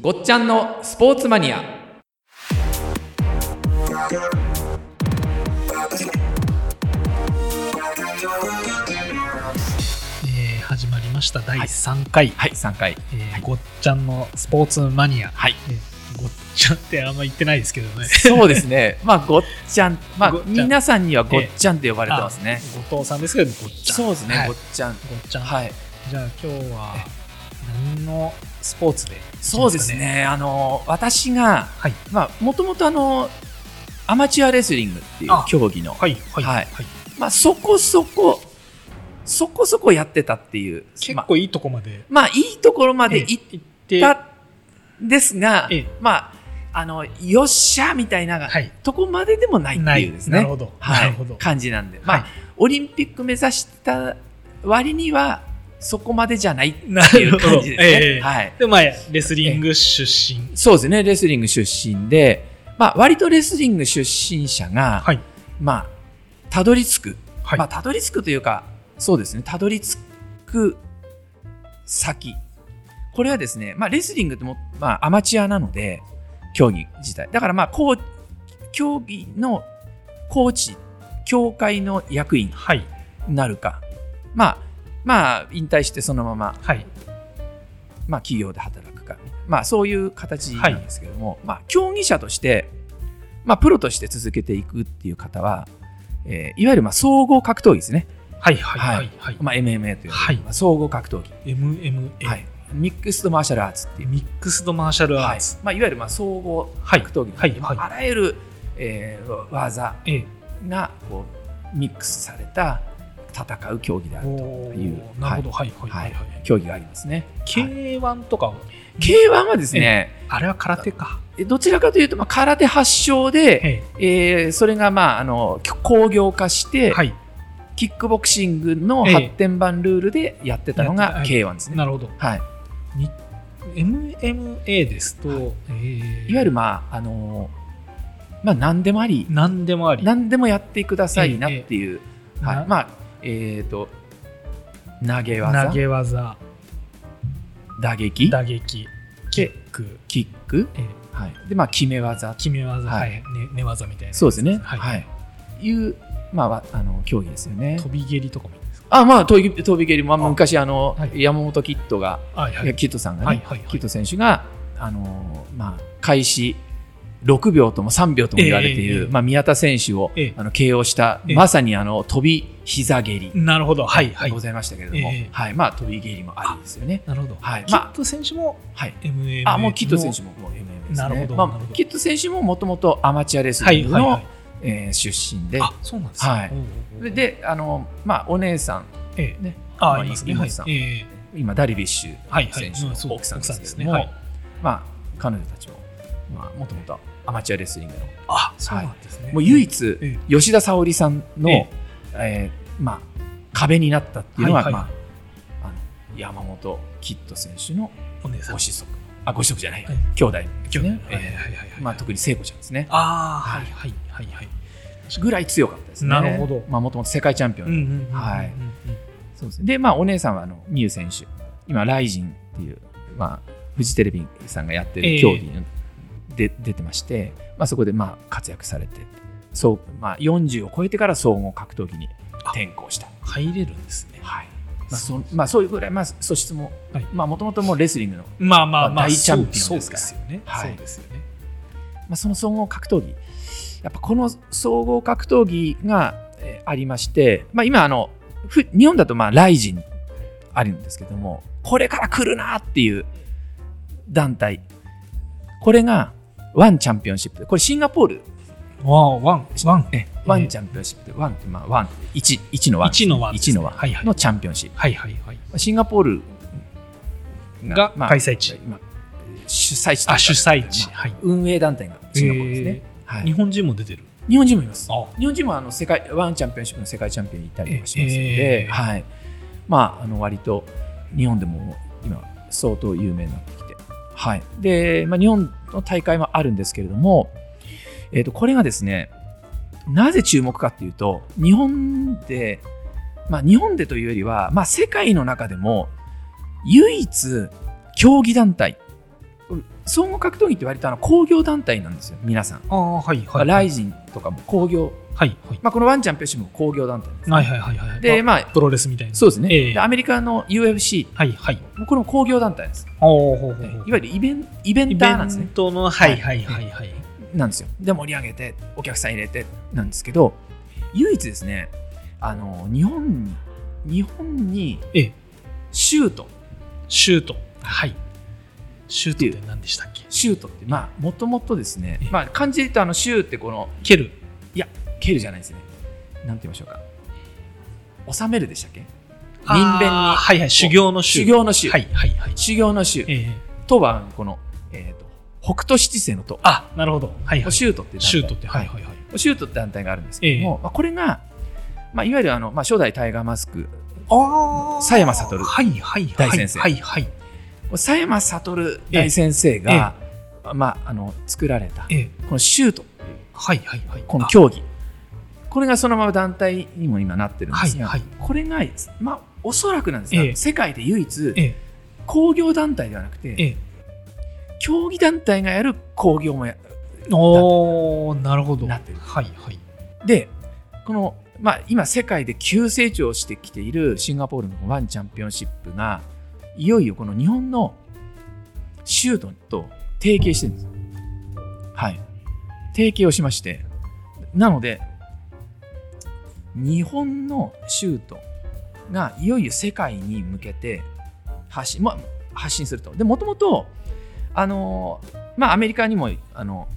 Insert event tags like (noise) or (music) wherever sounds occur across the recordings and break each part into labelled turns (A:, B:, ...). A: ごっちゃんのスポーツマニア
B: えー始まりました第3回、
A: はい3回
B: えーごっちゃんのスポーツマニア、
A: はい
B: えーごっちゃんってあんま言ってないですけどね
A: そうですね (laughs) まあごっちゃんまあ
B: ごっちゃん
A: 皆さんにはごっちゃんって呼ばれてますね、
B: あ後藤さんですけどごっちゃん
A: そうですね、
B: はい
A: ご
B: ご
A: っ
B: っ
A: ちゃん
B: ちゃん、
A: はい
B: じゃあ今日は何のスポーツでいきますか
A: そうですねあの私が
B: はい
A: まあもともとあのアマチュアレスリングっていう
B: あ
A: 競技の
B: はいはい
A: はいまあそこそこそこそこやってたっていう
B: 結
A: まあ
B: 構いいとこまで
A: まあいいところまで行っ
B: 行って
A: たんですが、
B: ええ
A: まああのよっしゃみたいな、
B: はい
A: とこまででもないって
B: ない
A: いうです
B: な
A: ね
B: るほど、
A: は
B: ないるほど
A: 感じなんで、まあ
B: はい
A: オリンピック目指した割にはそこまでじゃない (laughs) って
B: な
A: いう感じですね。
B: ええ
A: はい、
B: でまあレスリング出身、
A: そうですねレスリング出身で、まあ、割とレスリング出身者が、
B: はい
A: まあ、たどり着く、
B: はい、
A: まあ、たどり着くというかそうですねたどり着く先これはですね、まあ、レスリングっても、まあ、アマチュアなので競技自体だからまあコー競技のコーチ協会の役員
B: はい
A: になるかまあまあ引退してそのまま、
B: はい
A: まあ、企業で働くか、まあ、そういう形なんですけども、まあ、競技者として、まあ、プロとして続けていくっていう方は、えーいわゆるまあ総合格闘技ですね
B: はいはいはいはい、
A: まあ、MMA という、
B: はい
A: まあ総合格闘技、
B: MMA、
A: はい、ミックスドマーシャルアーツっていう、
B: ミックスドマーシャルア
A: は
B: ー
A: い
B: ツ、
A: まあ、いわゆるまあ総合
B: はい
A: 格闘技、
B: はいはい
A: まああらゆる、えー技
B: ええ
A: がこうミックスされた戦う競技である
B: お
A: という
B: ーなるほど、はいはいはいはい。
A: 競技がありますね。はい、
B: K1 とかは、
A: K1 はですね、
B: あれは空手か。
A: えどちらかというと、まあ、空手発祥で、えーそれが、まあ、あの工業化して、
B: はい、
A: キックボクシングの
B: ええ
A: 発展版ルールでやってたの
B: や
A: が
B: って
A: K1 ですね。
B: なるほど。
A: はい
B: MMA ですと、えー
A: いわゆる、まああのまあ、何でもあり、
B: 何でもあり、
A: 何でもやってくださいなっていう、はい
B: な
A: まあえっ、と、投げ技、
B: 投げ技、
A: 打撃、
B: 打撃、キック、
A: キック、
B: えー
A: はいでまあ、決め技、
B: 決め技、
A: は
B: はいい、ね寝技みたいな。
A: そうですね、は
B: はいい
A: い、う、まあわ、あの競技ですよね
B: 飛。び蹴りとかもいいですか。
A: あまあ、飛び飛び蹴りも、まあ、昔あの、
B: はい
A: 山本キッドが、
B: はいはいい
A: やキッドさんがね、
B: はいはいはい
A: キッド選手が、あのまあ、開始6秒とも3秒とも言われてい
B: ええ
A: る、
B: ええ
A: まあ、宮田選手を、
B: ええ
A: あの KO した、
B: ええ
A: まさにあの飛び膝蹴り。
B: なるほど、はいはい
A: ご。ざいましたけれども、
B: ええ
A: はい、まあ飛び蹴りもありですよね。
B: なるほど。
A: はい
B: キ
A: まあ
B: ット選手も
A: はい。
B: MMA。
A: あ、もうキッド選手ももう MMA ですね。
B: なるほど
A: ま
B: なるほ
A: あ
B: ど
A: キッド選手ももともとアマチュアレス
B: は
A: リ
B: い
A: ング
B: はいは
A: の
B: い。
A: えー出身で、
B: あ、そうなんですね
A: はい
B: おうおうおう
A: でであのまあお姉さん
B: ええ
A: ね、
B: あ
A: まあ
B: いますね。
A: 妹
B: はい
A: さん。
B: ええ
A: 今ダルビッシ
B: はい
A: ュ
B: はい
A: 選手
B: うんそう
A: の奥さんですけど
B: 奥
A: も、
B: さんですね
A: まあ彼女たちもまあもともとアマチュアレスリングの
B: あ、そうなんですね。
A: もう唯
B: 一
A: 一
B: え
A: 吉田沙保里さんの、
B: え
A: えーまあ壁になったっていうのは、
B: はいはい
A: まああの山本キッド選手の
B: お姉さん
A: ご。子息あご子息じゃない、
B: はい
A: 兄弟です
B: 去
A: ね
B: 年。はい
A: え
B: はい
A: ー
B: はいはい。
A: まあ、特に聖子ちゃんですね
B: ああ、はいはいはいはい。
A: ぐらい強かったですね
B: なるほど
A: まあもともと世界チャンピオン、
B: うんうんうんうんうん
A: はいそうですねでまあお姉さんはあの美優選手今ライジンっていうまあフジテレビさんがやって
B: え
A: る
B: え
A: 競技にで、出てまして、まあ、そこでまあ活躍されてそう、まあ、40を超えてから総合格闘技に転向した
B: 入れるんですね。
A: はいまあそまあ、そういうぐらい、まあ、素質も
B: はい
A: まあもともともうレスリングの、
B: まあまあ
A: ま
B: ま
A: あ
B: あ、
A: 大チャンピオンです
B: そ
A: か
B: う
A: ら
B: そうですよね。
A: はい
B: そうですよね。
A: まあ、その総合格闘技やっぱこの総合格闘技がえーありまして、まあ、今あのふ日本だとまあライジンあるんですけどもこれから来るなっていう団体これがワンチャンピオンシップこれシンガポール
B: ワン、ワン、ワン。
A: えワンチャンピオンシップでワンってまあワン一一のワン
B: 一のワンですね
A: 一のワン
B: はいはい
A: のチャンピオンシップ
B: はいはいはい。
A: シンガポール
B: が
A: まあ
B: 開催地。
A: まあ主催地というか
B: あ、主催地。
A: まあ
B: はい。
A: 運営団体がシンガポールですね、はい
B: 日本人も出てる。
A: 日本人もいます
B: あ
A: 日本人もあの世界ワンチャンピオンシップの世界チャンピオンにいたりとかしますので、
B: ええ
A: はいまあ、あの割と日本でも今相当有名になってきて、はいでまあ、日本の大会もあるんですけれども、えー、とこれがですねなぜ注目かっていうと日本で、まあ、日本でというよりは、まあ、世界の中でも唯一競技団体総合格闘技って割とあの工業団体なんですよ、皆さん。
B: ああはいはい
A: ラ
B: はい
A: イジンとかも工業、
B: はいはい
A: まあ、このワンチャンピオンシップも工業団体です、ね
B: はいはいはいはい
A: で、
B: ま
A: ま
B: あ
A: あ、
B: プロレスみたいな
A: そうですね、
B: ええ
A: でアメリカの UFC、
B: はいはい
A: もうこれも工業団体です、
B: おーほうほうほ
A: ね
B: う
A: いわゆるイベンイベ
B: イ
A: ンタ
B: ベ
A: ーなんですね
B: ン。トのはいはいはいはい
A: なんですよで盛り上げてお客さん入れてなんですけど唯一ですねあの日本に日本に
B: ええ
A: シュート
B: シュートはいシュートって何でしたっけ
A: シュートってまあもともとですね
B: ええ、
A: まあ、漢字で言うとあのシューってこの
B: 蹴る
A: 蹴るじゃないですねなんて言いましょうか収めるでしたっけ
B: あー
A: 人弁に
B: はいはい修行の修
A: 修行のシュー、
B: はいはいはい
A: 修行のシュー
B: ええ
A: とはこの、えー、と北斗七星のと
B: あなるほどはいはい
A: シュートって団体
B: シュートってはいはいはい
A: シュートって団体があるんですけども、まあ、これが、まあ、いわゆるあの、まあ、初代タイガーマスク
B: あ
A: 佐山悟
B: はいはいはい
A: 大先生
B: はいはい
A: 佐山悟大先生が、まあ、あの作られた
B: ええ
A: このシュートっていう
B: はいはいはい
A: この
B: あ
A: 競技これがそのまま団体にも今なってるんですが、
B: はいはい
A: これが、まあ、おそらくなんですが、
B: ええ
A: 世界で唯一
B: ええ
A: 工業団体ではなくて、
B: ええ
A: 競技団体がやる工業もや
B: おおなるほど
A: なってる
B: はいはい
A: でこの、まあ、今世界で急成長してきているシンガポールのワンチャンピオンシップがいよいよこの日本のシュートと提携してるんですはい提携をしましてなので日本のシュートがいよいよ世界に向けて発信,、まあ、発信するとでもともとあのまあアメリカにもあの、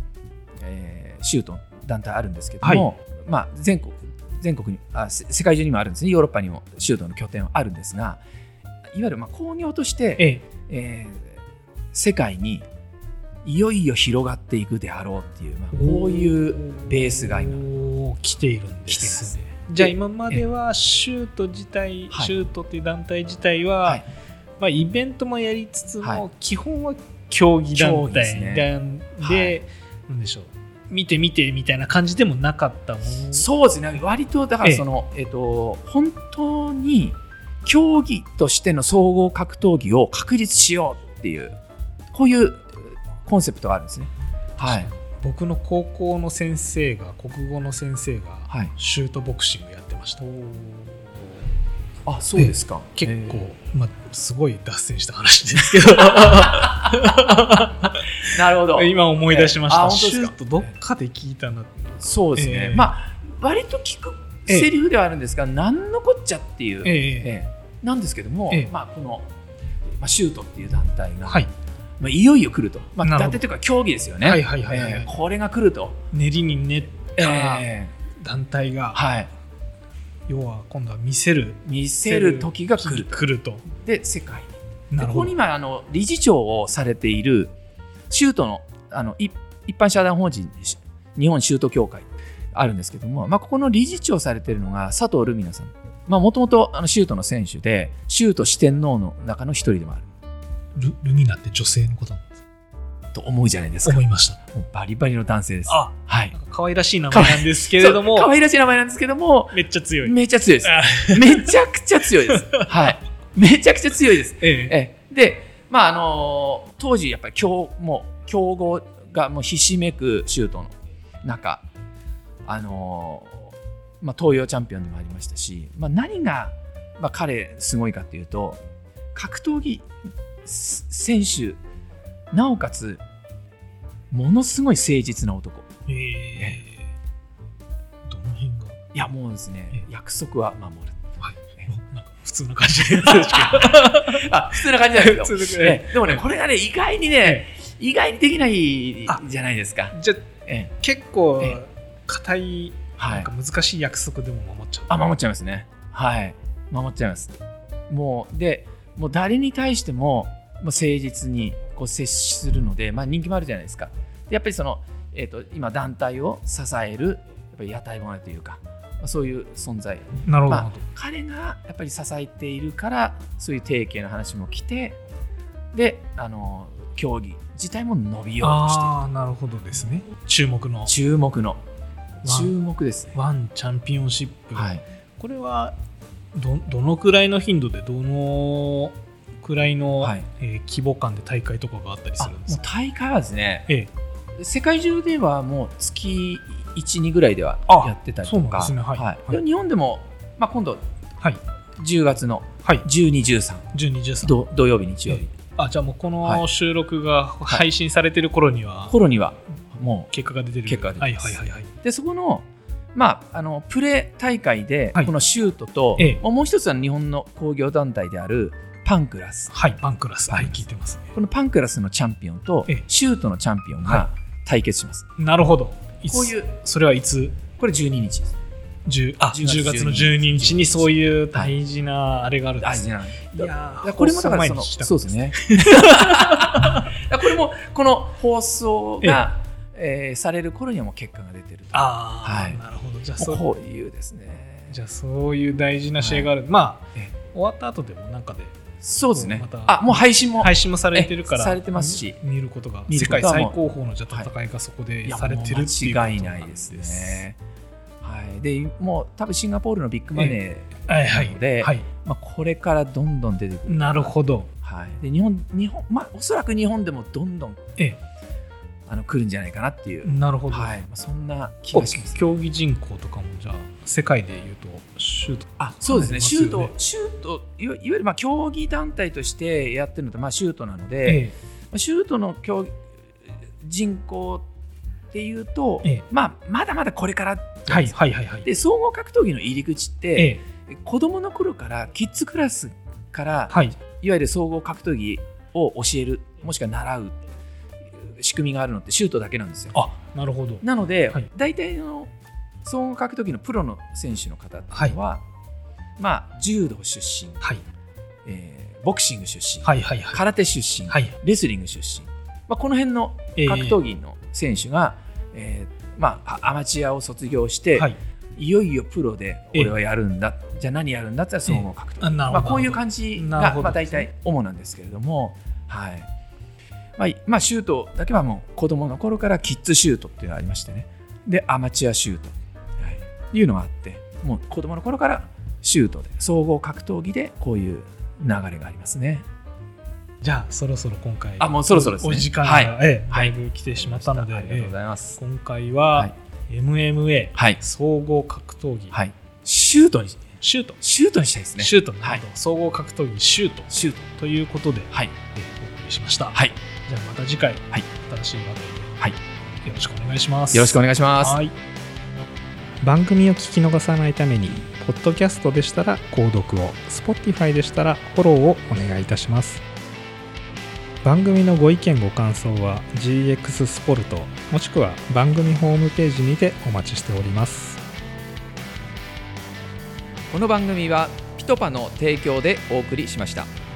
A: えーシュート団体あるんですけども、
B: は
A: まあ、全国全国にあせ世界中にもあるんですねヨーロッパにもシュートの拠点はあるんですがいわゆるまあ工業として、
B: ええ
A: えー世界にいよいよ広がっていくであろうっていう、まあ、こういうベースが今
B: 今来ているんで
A: 来てます
B: すねじゃあ今まではシュート自体、
A: はい
B: シュートっていう団体自体は、
A: はい
B: まあ、イベントもやりつつも、
A: はい
B: 基本は競技
A: 競
B: 団
A: 技です
B: 体
A: ね
B: なんで
A: はい
B: なんでしょう見て見てみたいな感じでもなかったもん
A: そうですね割とだか
B: え
A: ら
B: え
A: その、えっと本当に競技としての総合格闘技を確立しようっていうこういうコンセプトがあるんですね。はい、
B: 僕の高校の先生が国語の先生が、
A: はい、
B: シュートボクシングやってました
A: あそうですか
B: 結構、
A: え
B: まあ、すごい脱線した話ですけ
A: (laughs)
B: ど
A: えなるほど
B: 今思い出しました、
A: ええあ本当で
B: シ
A: す
B: ュ
A: か
B: ートどっかで聞いたな
A: そうですね、
B: ええ
A: まあ割と聞くセリフではあるんですが、なんのこっちゃっていう、
B: ええええ
A: ええなんですけども、
B: ええ
A: まあ、この、まあ、シュートっていう団体が、
B: はい、
A: まあ、いよいよ来ると、まあ、
B: なるほど
A: 団体というか競技ですよね、
B: はいはいはいはい
A: ええこれが来ると、
B: 練りに練った
A: ええ
B: 団体が、
A: はい、
B: 要は今度は見せる
A: 見せる時が来ると
B: 来ると
A: で世界に
B: な
A: でこ
B: るほ
A: こ
B: ど
A: に今あの理事長をされているシュートのあのい一般社団法人し日本シュート協会あるんですけども、まあ、ここの理事長をされているのが佐藤ルミナさんもともとシュートの選手でシュート四天王の中の一人でもある
B: ルルミナって女性のことなんです
A: と思うじゃないですか
B: 思いました
A: もうバリバリの男性です
B: あ
A: はい
B: なんか可愛らしい名前なんですけれど
A: そう可
B: も
A: 愛らしい名前なんですけども
B: めっちゃ強い
A: めちゃ強いです
B: あ
A: めちゃくちゃ強いですはいめちゃくちゃ強いです
B: ええ
A: ええで、まああの当時やっぱり強もう強豪がもうひしめくシュートの中、あのまあ、東洋チャンピオンでもありましたし、まあ、何が、まあ、彼すごいかというと格闘技す選手なおかつものすごい誠実な男
B: ええどの辺が
A: いやもうですね
B: え
A: 約束は守る
B: なんか普通な感じで
A: (laughs) あ普通な感じなんですけど
B: 普通の
A: ええでもねこれがね意外にね意外にできないじゃないですか。
B: じゃあ
A: ええ
B: 結構
A: え
B: 硬い
A: は
B: ないんか、難しい約束でも守っちゃう
A: あ守っちゃいますねはい守っちゃいますもうでもう誰に対してももう誠実にこう接するので、まあ、人気もあるじゃないですかでやっぱりその、えー、と今団体を支えるやっぱり屋台骨というか、まあ、そういう存在
B: なるほど、
A: まあ彼がやっぱり支えているからそういう提携の話も来てであの競技自体も伸びようとしている
B: ああーなるほどですね注目の
A: 注目の
B: わ
A: 注目ですね
B: ワンチャンピオンシップ、
A: はい
B: これはどどのくらいの頻度でどのくらいの、
A: はい
B: えー規模感で大会とかがあったりす
A: あも
B: るんです
A: う
B: か
A: 大会はですね、
B: え
A: 世界中ではもう月1、2ぐらいでは
B: あ
A: やってたり
B: そ
A: と
B: うなんで
A: か、
B: すねはいはい
A: で日本でも、まあ、今度、
B: はい
A: 10月の
B: えはい
A: 12、13、
B: 12、13
A: ど土曜日、日曜日
B: あじゃあもうこ
A: は
B: の
A: い
B: 収録が配信されてる頃には
A: 頃には、も
B: 結果が出てる
A: 結果が出てます、
B: はいはいはいはいう
A: でそこの、まあ、あのプレ大会で
B: はい、
A: このシュートと、
B: ええ
A: もう一つは日本の工業団体であるパンクラス、
B: はいパンクラス
A: パンク
B: はい
A: ラス
B: 聞いてますね
A: このパンクラスのチャンピオンと
B: ええ、
A: シュートのチャンピオン
B: は
A: が対決します。
B: なるほどいつ
A: こういう、
B: それはいつ
A: これ12日です。
B: 10あ
A: 10月
B: 10月の12日に
A: 12
B: そういう大事なあれがあるんで
A: 大
B: す
A: 事
B: ね
A: なの
B: いや
A: だか
B: ー
A: らこれもだからその
B: 放送前に聞きたか
A: そうですね
B: っ
A: だからこれもこの放送が、えーされる頃にはもう結果が出てると
B: ああ、
A: はい
B: なるほどじゃあ
A: も
B: そうう
A: こういうですね
B: じゃあそういう大事な試合がある、まあ
A: え
B: 終わった後でもなんかで
A: そうですね
B: また
A: あもう配信も、
B: 配信もされてるから
A: えされてますし
B: 見見ることが
A: 見
B: 世
A: ることは
B: 界最
A: もう
B: 高峰のじゃあ戦いがそこで
A: いや
B: されてるっていうこと
A: もう間違いない
B: ん
A: ですねはいでもう多分シンガポールのビッグマネー、
B: はいはい
A: なので
B: はい、
A: まあ、これからどんどん出てくる、
B: なるほど
A: はい、で日本日本まあおそらく日本でもどんどん
B: ええ
A: あの来るんじゃないかなっていう、
B: なるほど、
A: はいまあ、そんな気
B: 結構
A: がします
B: 競技人口とかもじゃあ世界でいうとシュート
A: あそうですね、
B: ます
A: シ
B: よ
A: ュ
B: ね
A: ート、シュートいわいわゆるまあ競技団体としてやってるのと、まあ、シュートなので、
B: え
A: まあシュートの競技人口っていうと、
B: ええ
A: まあ、まだまだこれから
B: えはいはいはいはい
A: で、総合格闘技の入り口って、
B: ええ
A: 子どもの頃からキッズクラスから、
B: はい
A: いわゆる総合格闘技を教える、もしくは習う仕組みがあるのって、シュートだけなんですよ。
B: あなるほど
A: なので、
B: はい
A: 大体の総合格闘技のプロの選手の方っていうのは、まあ、柔道出身、
B: はい
A: えーボクシング出身、
B: はいはいはい
A: 空手出身、
B: はい
A: レスリング出身、まあ、この辺の
B: ええ
A: 格闘技の選手が、えーまあ、あアマチュアを卒業して、、
B: はいい
A: よいよプロで俺はやるんだ、じゃあ何やるんだって言ったら総合格闘技、
B: あなるほ
A: まあ、
B: ど
A: こういう感じ
B: なる
A: が、
B: ほど
A: まあ、大体主なんですけれども、はいまあいまあ、シュートだけはもう子供の頃からキッズシュートっていうのがありましてねでアマチュアシュート、はい、っていうのがあってもう子供の頃からシュートで総合格闘技でこういう流れがありますね。
B: じゃあそろそろ今回
A: あもうそろそろですね
B: お時間
A: はい
B: がええだ
A: はい
B: いぶ来てしまったので
A: ありがとうございます。
B: 今回
A: は
B: はい MMA
A: はい、
B: 総合格闘技
A: はい、シュートに
B: シュート
A: シュートにしたいですね。
B: シュートな
A: はい
B: るほど総合格闘技シュート
A: シュート
B: ということで
A: はい
B: えーお送りしました
A: はい
B: じゃあまた次回
A: はい
B: 新しい話題で
A: はい
B: よろしくお願いします
A: よろしくお願いします。
B: はい番組を聞き逃さないためにポッドキャストでしたら購読を Spotify でしたらフォローをお願いいたします番組のご意見ご感想は GX スポルトもしくは番組ホームページにてお待ちしております
A: この番組はピトパの提供でお送りしました。